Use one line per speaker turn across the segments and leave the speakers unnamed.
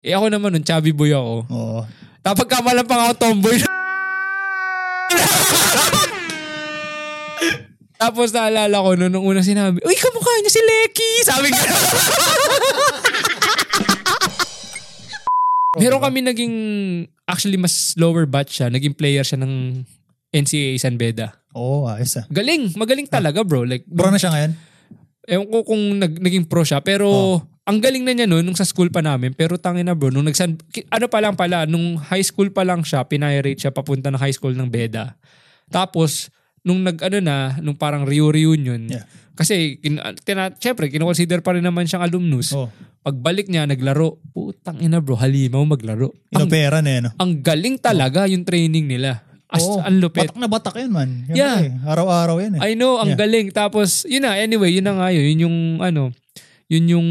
Eh ako naman nun, chubby boy ako.
Oo.
Tapos kamalampang ako tomboy. Tapos naalala ko noon, nung una sinabi, Uy, kamukha niya si Leki! Sabi ko. Meron kami naging, actually mas lower batch siya, naging player siya ng NCAA San Beda.
Oo, ayos ah.
Galing, magaling talaga bro. Like,
Bro na siya ngayon?
Ewan ko kung nag, naging pro siya, pero ang galing na niya noon nung sa school pa namin. Pero tangin na bro, nung nagsan, ki- ano pa lang pala, nung high school pa lang siya, pinirate siya papunta ng high school ng Beda. Tapos, nung nag ano na, nung parang reu-reunion,
Yeah.
kasi kin, tina, syempre, kinoconsider pa rin naman siyang alumnus.
Oo.
Pagbalik niya, naglaro. Putang ina bro, halimaw maglaro. Ang,
Inopera na yan. oh.
ang galing talaga yung training nila. As,
Oo.
ang lupit.
Batak na batak yan man. Yan
Yeah.
pa eh. Araw-araw yan
I
eh.
know, ang galing. Tapos, yun na, anyway, yun na nga yun. Yun yung, ano, yun yung,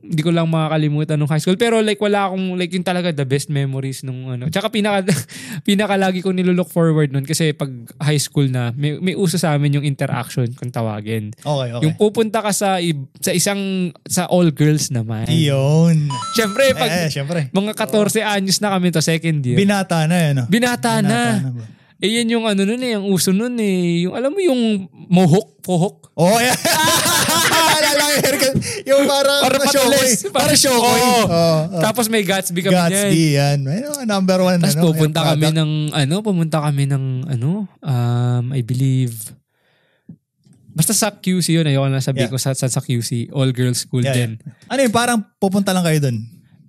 hindi ko lang makakalimutan nung high school. Pero like, wala akong, like, yun talaga the best memories nung, ano. Tsaka pinaka, pinaka lagi ko nilulook forward nun kasi pag high school na, may, may uso sa amin yung interaction, kung tawagin.
okay, okay.
Yung pupunta ka sa, ib- sa isang, sa all girls naman.
Yun.
Siyempre, pag
Eh, eh, syempre.
mga 14 anyos na kami to, second year.
Binata na yan. oh.
binata, na.
na, bro.
Eh, yan yung ano nun eh, yung uso nun eh. Yung, alam mo yung mohawk, pohok.
Oh, yeah. Alala ko yung haircut. Yung parang
Para
show ko
patulis.
eh. Para show ko eh.
Oo.
Oo, oo.
Tapos may Gatsby kami niyan.
Gatsby yan. Ayun, Number one.
Tapos
ano,
pupunta
yung
kami
product.
ng, ano, pumunta kami ng, ano, um, I believe, basta sa QC yun, ayoko na sabihin
Yeah.
ko sa, sa, sa QC, all girls school
Yeah,
din.
yeah. Ano yun, parang pupunta lang kayo dun.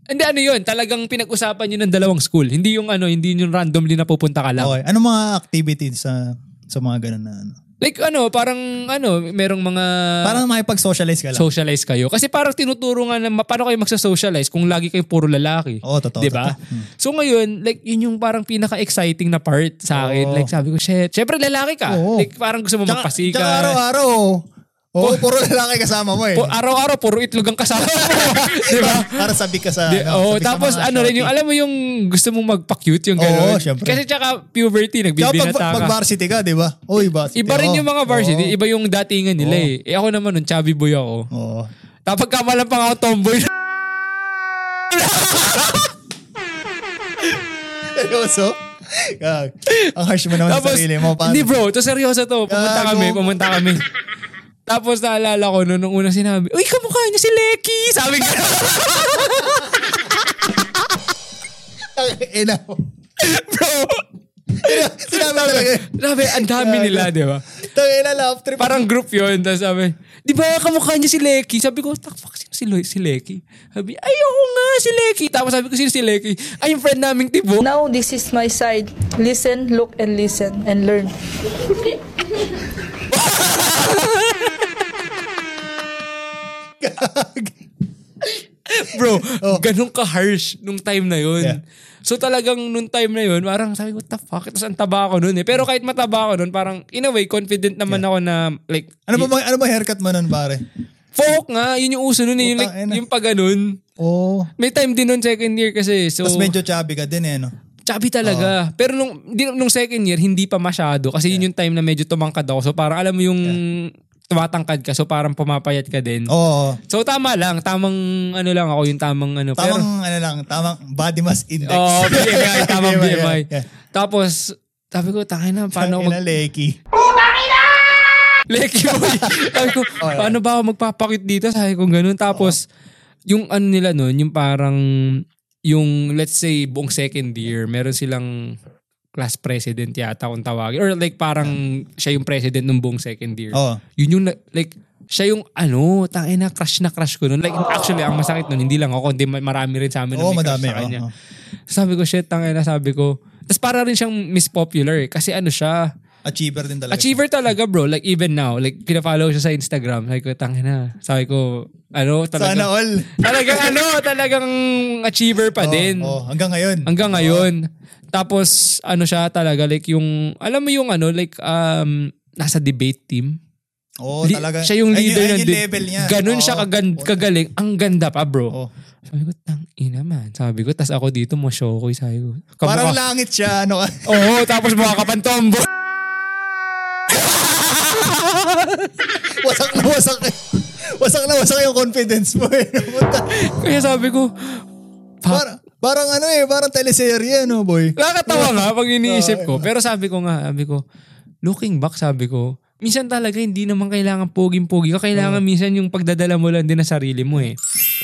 Hindi ano yun, talagang pinag-usapan yun ng dalawang school. Hindi yung ano, hindi yung randomly na pupunta ka lang.
Okay. Anong mga activities sa sa mga ganun na ano?
Like ano, parang ano, merong mga
Parang makipag-socialize ka lang.
socialize kayo. Kasi parang tinuturo nga na ma- paano kayo magsasocialize kung lagi kayo puro lalaki.
Oo, totoo.
Di ba?
totoo.
So ngayon, like yun yung parang pinaka-exciting na part sa akin.
Oo.
Like sabi ko, shit. Siyempre lalaki ka.
Oo.
Like parang gusto mo
Tsaka-
magpasika.
tsaka araw-araw. Oo, oh, puro lalaki kasama mo eh.
Pu- araw-araw, puro itlog ang kasama mo. Di ba?
Para sabi ka sa...
Di-
ano,
oh,
sabi ka
tapos
mga
ano rin yung,
shorty.
alam mo yung gusto mong magpa-cute yung
Oo,
gano'n.
syempre.
Kasi tsaka puberty,
Tsaka pag,
nagbibinata
pag
ka.
varsity ka, di ba? Uy, varsity.
Iba rin
oo.
yung mga varsity.
Oo.
Iba yung datingan nila eh. Eh ako naman nun, chubby boy ako.
Oo.
Tapos kamalampang ako tomboy.
Seryoso? Gag. Ang harsh mo naman sa
Tapos,
sarili mo. Paano?
hindi bro, to seryoso to. Pumunta
Gago.
kami, pumunta kami. Tapos naalala ko noon nung una sinabi, Uy, kamukha niya si Leki! Sabi ko,
Ina mo.
bro!
Sinabi talaga. eh.
Sabi, ang dami nila, di ba?
Tangina, laugh trip.
Parang group yun. Tapos sabi, di ba kamukha niya si Leki? Sabi ko, tak, fuck, sino si, Lo- si Leki? Sabi, ayoko nga si Leki. Tapos sabi ko, sino si Leki? Ay, yung friend naming tibo.
Now, this is my side. Listen, look, and listen, and learn.
Bro,
Oh.
ganun ka-harsh nung time na yun.
Yeah.
So talagang nung time na yun, parang sabi ko, what the fuck? Tapos ang taba ako nun eh. Pero kahit mataba ako nun, parang in a way, confident naman ako na like,
Ano ba, mga- ano ba haircut mo nun, pare?
folk nga, yun yung uso nun eh. Yung, like,
Putang ina.
yung pag ganun.
Oo. Oh.
May time din nun second year kasi. So,
Tapos medyo chubby ka din eh, no?
chubby talaga. Pero nung, di- nung second year, hindi pa masyado. Kasi yun yung time na medyo tumangkad ako. So parang alam mo yung tumatangkad ka. So parang pumapayat ka din.
Oo.
So tama lang. Tamang ano lang ako yung tamang ano. pero,
Tamang, ano lang, tamang body mass index.
Oo, BMI. Tamang
Yeah,
BMI.
yeah.
Tapos, sabi ko, tangin na, paano ako
Tangina,
mag...
leki.
Leki boy. sabi ko,
Oh,
paano ba ako magpapakit dito? Sabi ko, ganun. Tapos, yung ano nila nun, yung parang, yung let's say buong second year, meron silang class president yata kung tawagin. Or like parang siya yung president ng buong second year.
Oo.
Yun yung na- like, siya yung ano, tangin na, crush na crush ko nun. Like actually, ang masakit nun, hindi lang ako, kundi ma- marami rin sa amin na
Oo,
may crush
Oh. madami. oh,
sa kanya.
oo.
Sabi ko, shit, tangay na sabi ko. Tapos para rin siyang Miss Popular eh. Kasi ano siya,
Achiever din talaga.
achiever talaga bro. Like even now, like kina-follow siya sa Instagram. Sabi ko, tangay na. Sabi ko, ano,
Sana
talaga.
all.
Talagang ano, talagang achiever pa din.
Oo, hanggang ngayon.
Hanggang ngayon. Tapos ano siya talaga, like yung, alam mo yung ano, like um, nasa debate team.
Oo,
Li-
talaga.
Siya yung
Ayun
leader
ayun
ng
yung
de-
level niya.
Ganun siya
Oo.
kagan- kagaling. Ang ganda pa, bro.
Oo.
Sabi ko, tang ina man. Sabi ko, tas ako dito mo show ko. Sabi ko, "Kamukha-
Parang langit siya, ano ka.
Oo, tapos mukha ka pang tomboy.
wasak na wasak. Wasak na wasak yung confidence mo. eh. Puta.
Kaya sabi ko,
Par- parang ano eh, parang teleserye ano boy.
Nakakatawa nga pag iniisip ko. Pero sabi ko nga, sabi ko, looking back, sabi ko, minsan talaga hindi naman kailangan poging-pogi ka. Kailangan minsan yung pagdadala mo lang din na sarili mo eh.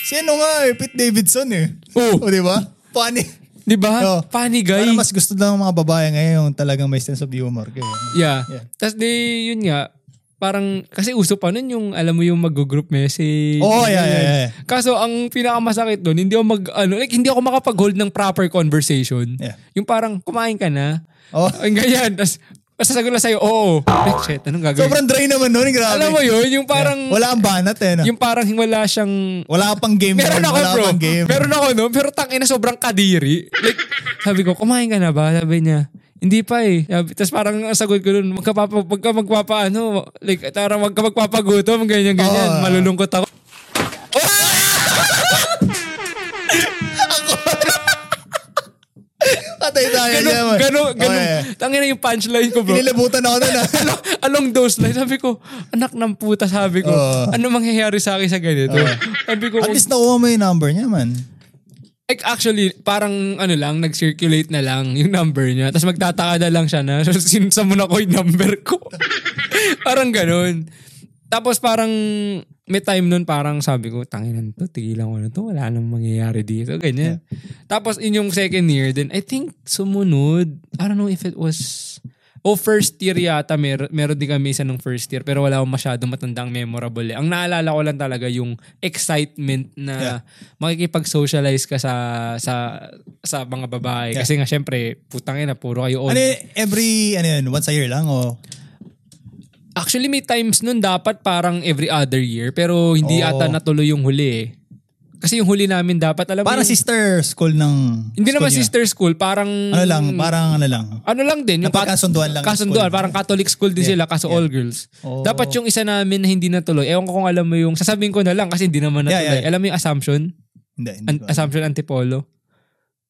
Si ano nga eh, Pete Davidson eh.
Oo.
O di ba? Funny.
Di ba?
Oo.
Panigay.
Parang mas gusto lang ng mga babae ngayon yung talagang may sense of humor. Kaya,
Yeah.
Yeah.
Tapos di, yun nga, parang, kasi uso pa nun yung, alam mo yung mag-group message.
Oo, Oh, yeah, yeah, yeah.
Kaso, ang pinakamasakit doon, hindi ako mag, ano, like, hindi ako makapag-hold ng proper conversation.
Yeah.
Yung parang, kumain ka na.
Oh.
Ang ganyan. Tapos, sasagot lang sa'yo, oo. Like, shit, anong gagawin?
Sobrang dry naman nun, grabe.
alam mo yun, yung parang,
Wala ang banat eh. No?
yung parang wala siyang,
Wala pang game.
Meron
nun,
ako,
wala
bro.
pang game.
Meron ako, no? Pero tangina, sobrang kadiri. Like, sabi ko, kumain ka na ba? Sabi niya, hindi pa eh. Sabi, tapos parang ang sagot ko nun, magkapapa, pagka magpapaano, like, parang magka magpapagutom, ganyan, ganyan.
Oo.
Malulungkot ako.
Patay tayo
Ganun,
dyan, boy.
ganun, ganun.
Okay.
Tangina yung punchline ko, bro. Ano,
Pinilabutan ako nun. ah.
Along those lines, sabi ko, anak ng puta, sabi ko,
Oo.
ano mangyayari sa akin sa ganito? Sabi ko,
At least nakuha mo yung number niya, man.
Like actually, parang ano lang, nag-circulate na lang yung number niya. Tapos magtataka na lang siya na, so sinsa mo na ko yung number ko. parang ganun. Tapos parang may time nun parang sabi ko, tanginan to, tigilan ko na to, wala nang mangyayari dito, ganyan. Tapos in yung second year, then I think sumunod, I don't know if it was, oh first year yata, mer meron din kami isa nung first year, pero wala akong masyadong matandang memorable. eh. Ang naalala ko lang talaga yung excitement na
Yeah.
makikipag-socialize ka sa sa sa mga babae. Kasi nga syempre, putang ina, puro kayo on.
Ano yun, every, ano yun, once a year lang o?
Actually, may times nun dapat parang every other year. Pero hindi
Oo.
ata natuloy yung huli eh. Kasi yung huli namin dapat, alam mo
Parang
yung-
sister school ng
Hindi
school
naman
niya.
sister school, parang...
Ano lang, parang ano lang.
Ano lang din. kat-
Napagkasunduan lang ng
Kasunduan,
school. Oh.
parang Catholic school din sila, kaso all girls.
Oo.
Dapat yung isa namin na hindi natuloy, ewan ko kung alam mo yung, sasabihin ko na lang kasi hindi naman natuloy.
Yeah, yeah, Diba? yeah.
Alam mo yung assumption?
Hindi, hindi.
An-
ko alam.
Assumption Antipolo.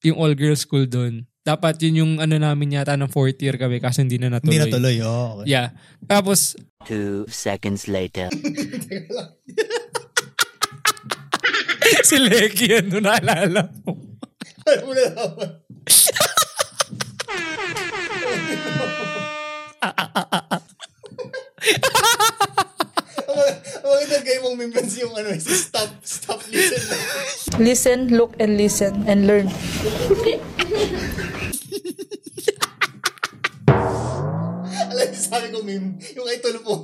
Yung all girls school doon. Dapat yun yung ano namin yata ng fourth year kami kaso hindi na natuloy.
Hindi natuloy. Oh, okay.
Yeah. Tapos,
Two seconds later.
si Lecky, ano naalala mo?
Maganda kayo mong members yung ano, stop, stop, listen.
Listen, look, and listen, and learn.
Alam niyo, sabi ko meme, yung kay Tulpo.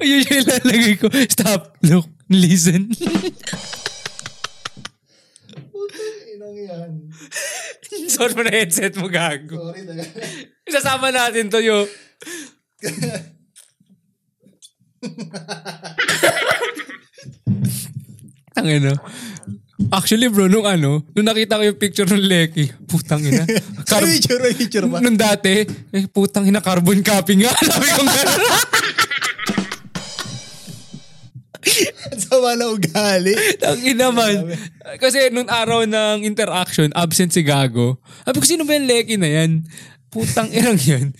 Ayun yung ilalagay ko. Stop, look, listen.
Inang yan.
Sort mo na headset mo, gago.
Sorry, taga.
Sasama natin to yung... Ang ano. Actually bro, nung ano, nung nakita ko yung picture ng Leki, putang ina.
Ay,
Carb-
picture, ay, picture ba?
nung dati, eh, putang ina, carbon copy nga. Sabi ko gano'n.
Ang sama na ugali.
Ang inaman. Kasi nung araw ng interaction, absent si Gago. Sabi ko, sino ba yung leki na yan? Putang irang yan.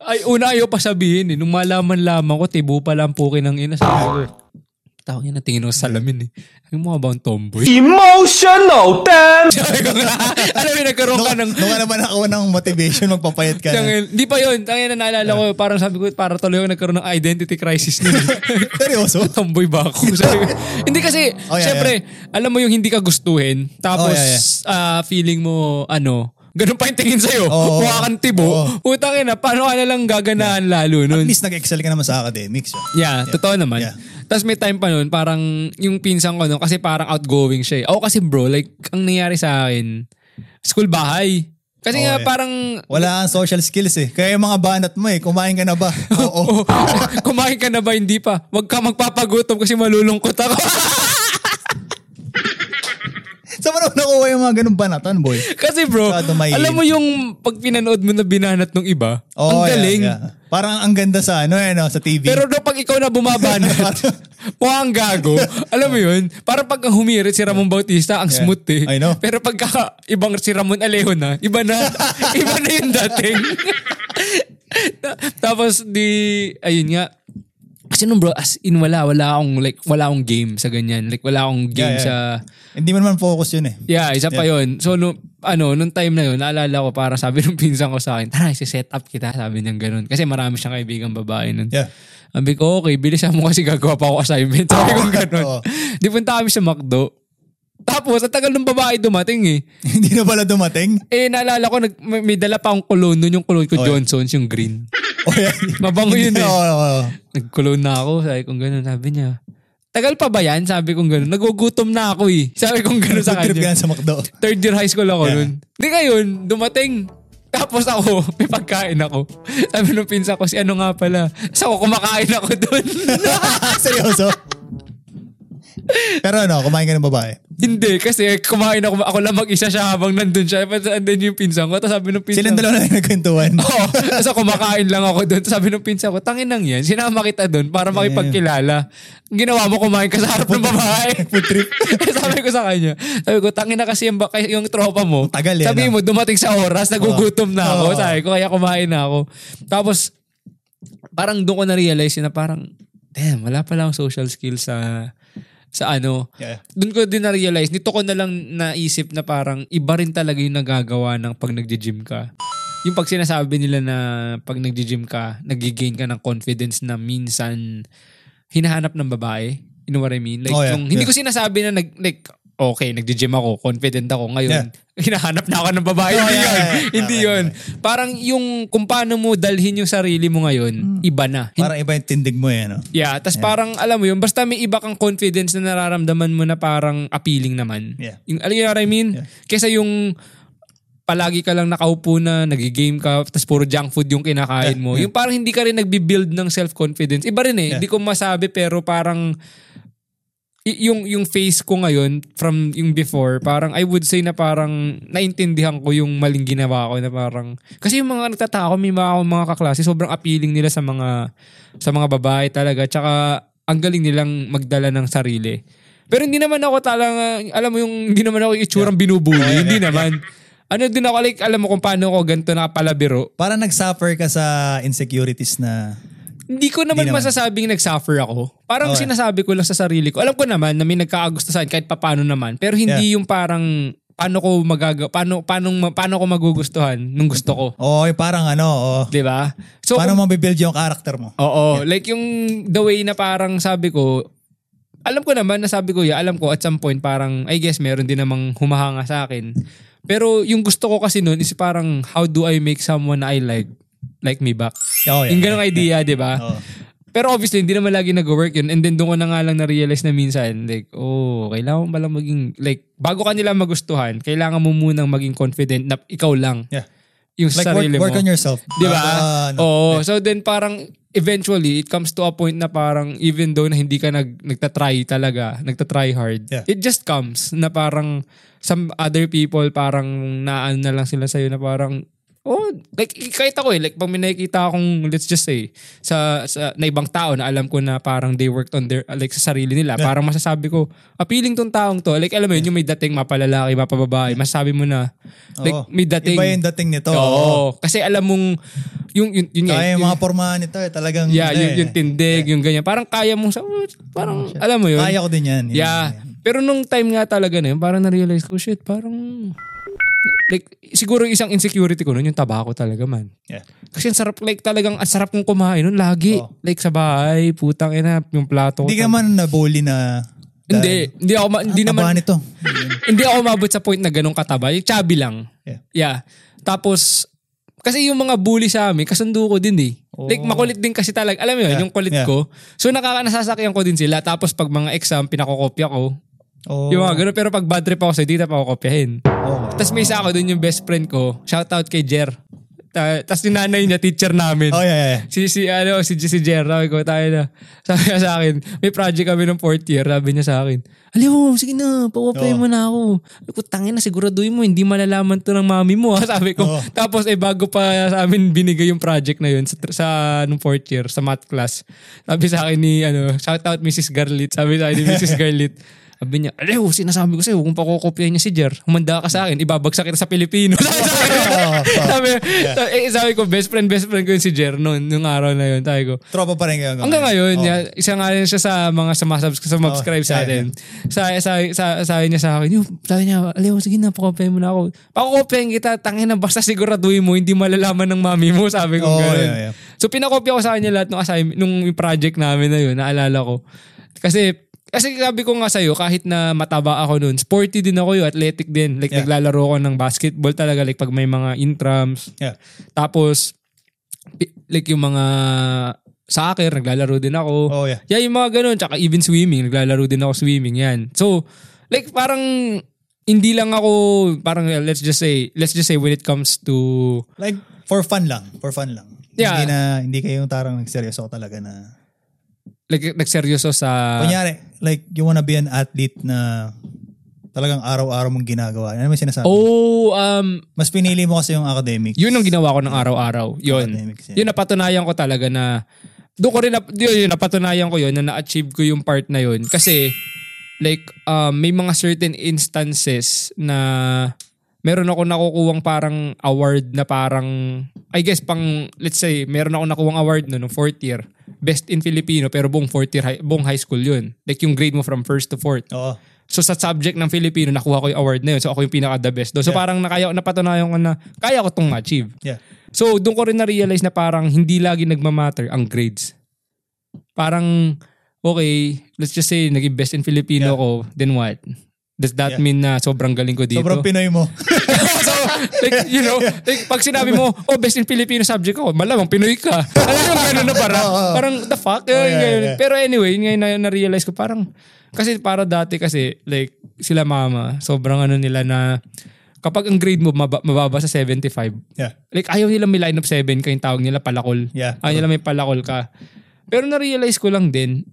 Ay, una ayaw pa sabihin eh. Nung malaman lamang ko, tibo pa lang po ng ina. Sabi ko, tawag yan, natingin ako sa salamin eh. Ay mo ba ang tomboy?
Emotional damn!
Sabi ko, alam mo, nagkaroon ka ng...
Nung ano ba nakawa ng motivation, magpapayat ka na.
Tangin, di pa yun. Tangin na naalala ko, parang sabi ko, para tuloy ako nagkaroon ng identity crisis nun.
Seryoso?
tomboy ba ako? Sabi ko. hindi kasi,
Oh, yeah,
syempre, alam mo yung hindi ka gustuhin, tapos
Oh, yeah, Oh,
ah, feeling mo, ano, ganun pa yung tingin sa'yo,
Oo.
mukha kang tibo, utang ina, paano ka nalang gaganahan lalo
At
nun?
least nag-excel ka naman sa academics. ah. yun.
Yeah, totoo naman.
Yeah.
Tapos may time pa nun, parang yung pinsan ko nun, kasi parang outgoing siya eh. Ako kasi bro, like, ang nangyari sa akin, school bahay. Kasi
Oh,
nga
yeah.
parang,
Wala kang social skills eh. Kaya yung mga banat mo eh, kumain ka na ba? Oo.
kumain ka na ba? Hindi pa. Huwag ka magpapagutom kasi malulungkot ako.
Saan mo naman nakuha yung mga ganun banatan, Ano, boy?
Kasi bro,
Masyado mahilig.
alam mo yung pag pinanood mo na binanat ng iba, ang
Oo, Oh, yeah,
galing.
yeah. Parang ang ganda sa ano eh, no, sa TV.
Pero no, pag ikaw na bumabanat, mukha ang gago. Alam mo yun? Parang pag humirit si Ramon Bautista, ang
Yeah.
smooth eh.
I know.
Pero pagka ibang si Ramon Alejo na, iba na, iba na yung dating. Ta- Tapos di, ayun nga, kasi Kasi nung bro, as in wala, wala akong, like, wala akong game sa ganyan. Like, wala akong game
Yeah, yeah.
sa...
Hindi mo naman focus yun eh.
Yeah, isa pa yun. So, no, ano, nung time na yun, naalala ko para sabi ng pinsan ko sa akin, tara, isi-set up kita. Sabi niya ganun. Kasi marami siyang kaibigan babae nun.
Yeah.
Sabi ko, okay, bilisan mo kasi gagawa pa ako assignment. Sabi ko ganun.
Oo.
Di punta kami sa McDo. Tapos, ang tagal ng babae dumating eh.
Hindi na pala dumating.
Eh, naalala ko, nag, may, may dala pa akong cologne nun. Yung cologne ko,
Okay.
Johnson's, yung green.
Oh, yeah.
Mabango yun eh.
Oh, Oo, oo, oo.
Nag-cologne na ako. Sabi kong ganun. Sabi niya, tagal pa ba yan? Sabi kong ganun. Nagugutom na ako eh. Sabi kong ganun sa
Trip ka
kanya.
na sa McDo.
Third year high school ako
Yeah.
nun. Di ngayon, dumating. Tapos ako, may pagkain ako. Sabi nung pinsa ko, si ano nga pala. Tapos ako, kumakain ako dun.
Seryoso? Pero ano, kumain ka ng babae.
Hindi, kasi kumain ako. Ako lang mag-isa siya habang nandun siya. And then yung pinsan ko, tapos sabi nung pinsan
Silang dalawa na yung nagkwentuhan.
Oo. Tapos ako kumakain lang ako doon. Tapos sabi nung pinsa ko, tangin lang yan. Sinama kita doon para makipagkilala. Ang Ginawa mo kumain ka sa harap ng babae.
Food trip.
sabi ko sa kanya, sabi ko, tangin na kasi yung, baka- yung tropa mo.
Tagal yan,
Sabi
ah.
mo, dumating sa oras, nagugutom na ako.
Oo.
Sabi ko, kaya kumain na ako. Tapos, parang doon ko na-realize na parang, damn, wala pala akong social skills sa sa ano.
Yeah.
Doon ko din na-realize, nito ko na lang naisip na parang iba rin talaga yung nagagawa ng pag nagji-gym ka. Yung pag sinasabi nila na pag nagji-gym ka, nagigain ka ng confidence na minsan hinahanap ng babae. You know what I mean? Like,
Oh, yeah.
yung- hindi
Yeah.
ko sinasabi na nag, like, okay, nagji-gym ako, confident ako. Ngayon,
Yeah.
hinahanap na ako ng babae.
Oh,
hindi
yeah,
yun.
yeah, yeah.
Hindi
Okay,
yun. Parang yung kung paano mo dalhin yung sarili mo ngayon, iba na.
Parang iba yung tindig mo eh, ano?
Yeah, tas parang alam mo yun, basta may iba kang confidence na nararamdaman mo na parang appealing naman.
Yeah.
Yung, alam niyo what I mean?
Yeah.
Kesa yung palagi ka lang nakaupo na, nagigame ka, tas puro junk food yung kinakain
Yeah,
mo.
yeah.
Yung parang hindi ka rin nagbibuild ng self-confidence. Iba rin eh.
Yeah.
Hindi ko masabi pero parang y- yung yung face ko ngayon from yung before parang I would say na parang naintindihan ko yung maling ginawa ko na parang kasi yung mga nagtatako may mga mga kaklase sobrang appealing nila sa mga sa mga babae talaga tsaka ang galing nilang magdala ng sarili pero hindi naman ako talaga alam mo yung hindi naman ako yung itsurang binubuli hindi naman ano din ako like alam mo kung paano ako ganito nakapalabiro
Parang nag-suffer ka sa insecurities na...
hindi ko naman,
Hindi naman.
masasabing nag-suffer ako. Parang
Okay.
sinasabi ko lang sa sarili ko. Alam ko naman na may nagkaagusto sa akin kahit papano naman. Pero hindi yung parang paano ko magaga paano paano paano ko magugustuhan nung gusto ko.
Oo, yung parang ano, oo.
'Di ba? So
Paano mabibuild yung karakter mo?
Oo. Like yung the way na parang sabi ko, alam ko naman na sabi ko, yeah, alam ko at some point parang, I guess meron din namang humahanga sa akin. Pero yung gusto ko kasi nun is parang, how do I make someone I like, like me back?
Oh, yeah,
yung ganong idea, di ba?
Oo.
Pero obviously, hindi naman lagi nag-work yun. And then doon ko na nga lang na-realize na minsan, like, oh, kailangan mo pala maging, like, bago ka nila magustuhan, kailangan mo munang maging confident na ikaw lang.
Yeah.
Yung
Like work,
sarili
work
mo.
on yourself.
Di ba? Oh,
Ah, ano.
Oo. So then parang eventually it comes to a point na parang even though na hindi ka nag nagta-try talaga, nagta-try hard,
Yeah.
it just comes na parang some other people parang naan na lang sila sa'yo na parang Oh, like kahit ako eh, like pag may nakikita akong let's just say sa, sa na ibang tao na alam ko na parang they worked on their like sa sarili nila, parang masasabi ko, appealing tong taong to. Like alam mo yun, yung may dating mapalalaki, mapababae, masasabi mo na like
Oo.
may dating
Iba yung dating nito. Oo.
Oo. Kasi alam mong, yung, yun, yun, nga,
Kaya yung
yung-
mga pormahan nito eh, talagang...
yeah,
ano
yung,
eh.
yung tindig, yung ganyan. Parang kaya mong, sa- oh, parang, alam mo yun.
Kaya ko din yan. eh. Yun,
Yeah.
yun.
Pero nung time nga talaga na yun, parang na-realize ko, shit, parang, like, siguro yung isang insecurity ko nun, yung tabako talaga man.
Yeah.
Kasi ang sarap, like talagang, ang sarap kong kumain nun, lagi.
Oo.
Like sa bahay, putang ina, yung plato. ko.
Oh. Hindi ka Ah, man nabully na...
Hindi, hindi ako, ma- hindi
Hindi
naman,
nito.
hindi ako umabot sa point na ganong kataba. Yung chubby lang.
Yeah.
Tapos, kasi yung mga bully sa amin, kasundo ko din eh. Like makulit din kasi talaga. Alam mo yun,
Oh. Yeah.
yung kulit
Yeah.
ko. So nakakanasasakyan ko din sila. Tapos pag mga exam, pinakokopya ko.
Oo.
Yung mga ganun. Pero pag bad trip ako sa di na pa ako kopyahin.
Oo.
Tapos may isa ako dun yung best friend ko. Shout out kay Jer. Ta- Tapos yung nanay niya, teacher namin.
Oh, yeah, yeah, yeah.
Si, si, ano, si, si Jer, sabi ko, tayo na. Sabi niya sa akin, may project kami ng fourth year, sabi niya sa akin, alam mo, sige na, pawapay
Oo.
mo na ako. Sabi ko, tangin na, siguraduhin mo, hindi malalaman to ng mami mo, ha? sabi ko.
Oo.
Tapos, eh, bago pa sa amin binigay yung project na yun sa, sa nung fourth year, sa math class, sabi sa akin ni, ano, shout out Mrs. Garlit, sabi sa akin ni Mrs. Garlit, Sabi niya, Alew, sinasabi ko sa'yo, kung pakukopya niya si Jer, humanda ka sa akin, ibabagsak kita sa Pilipino. sabi, sabi, eh, sabi ko, best friend, best friend ko yun si Jer noon, nung araw na yun. Sabi ko,
Tropa pa rin kayo. Oh.
Hanggang
hanggang
ngayon,
Oo.
niya, isa nga rin siya sa mga sumasubs, sumasubscribe
Oo,
sa
Oh, yeah,
atin. Sa, sa, sa, sabi niya sa akin, yung, sabi niya, Leo, sige na, pakopyahin mo na ako. Pakopyahin kita, tangin na, basta siguraduhin mo, hindi malalaman ng mami mo, sabi ko.
Oo,
ganun.
Oh, yeah, yeah.
So, pinakopya ko sa kanya lahat nung, assignment, nung project namin na yun, naalala ko. Kasi, kasi sabi ko nga sa'yo, kahit na mataba ako noon, sporty din ako yun, athletic din. Like,
Yeah.
naglalaro ko ng basketball talaga, like pag may mga intrams,
Yeah.
tapos, pi- like yung mga soccer, naglalaro din ako.
Oh, yeah.
Yeah, yung mga ganun. Tsaka even swimming, naglalaro din ako swimming. Yan. So, like parang hindi lang ako, parang uh, let's just say, let's just say when it comes to,
Like, for fun lang. For fun lang.
Yeah.
Hindi na, hindi kayo tarang nagseryoso talaga na.
like nagseryoso sa,
Kunyari, like, you wanna be an athlete na talagang araw-araw mong ginagawa. Ano mo sinasabi?
oh, um,
Mas pinili mo kasi yung academic.
yun ang ginawa ko ng araw-araw. Yun.
Academics, yeah.
Yun, napatunayan ko talaga na, doon ko rin, nap- yun, yun, napatunayan ko yun na na-achieve ko yung part na yun. Kasi, like, um, may mga certain instances na meron ako nakukuwang parang award na parang, I guess pang, let's say, meron ako nakuwang award no, nung fourth year. Best in Filipino, pero buong fourth year, hi- buong high school yun. Like yung grade mo from first to fourth.
Oo.
So sa subject ng Filipino, nakuha ko yung award na yun. So ako yung pinaka the best. doon. So parang nakaya, napatunayan ko na kaya ko itong achieve.
Yeah.
So doon ko rin na-realize na parang hindi lagi nagmamatter ang grades. Parang, okay, let's just say naging best in Filipino
Yeah.
ko, then what? Does that
Yeah.
mean na sobrang galing ko dito?
Sobrang Pinoy mo.
so, like, you know, like, pag sinabi mo, oh, best in Filipino subject ko, malamang Pinoy ka. Alam mo, ganun na parang, parang the fuck? Eh,
Oh, yeah,
ganun.
yeah.
Pero anyway, yun nga yung na- na-realize ko, parang, kasi para dati kasi, like, sila mama, sobrang ano nila na, kapag ang grade mo maba- mababa sa 75,
yeah.
Like, ayaw nila may line of seven kaya yung tawag nila palakol.
Yeah.
Ayaw nila may palakol ka. Pero na-realize ko lang din,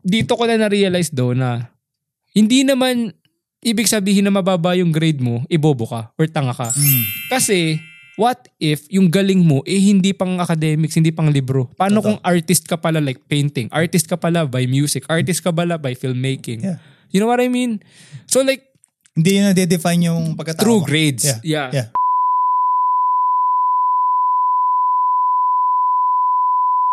dito ko na na-realize daw na hindi naman ibig sabihin na mababa yung grade mo, ibobo ka or tanga ka.
Mm.
Kasi, what if yung galing mo eh hindi pang academics, hindi pang libro? Paano kung artist ka pala like painting? Artist ka pala by music? Artist ka pala by filmmaking?
Yeah.
You know what I mean? So like,
Hindi yun na-define yung pagkatao.
True
mo.
grades. Yeah.
Yeah.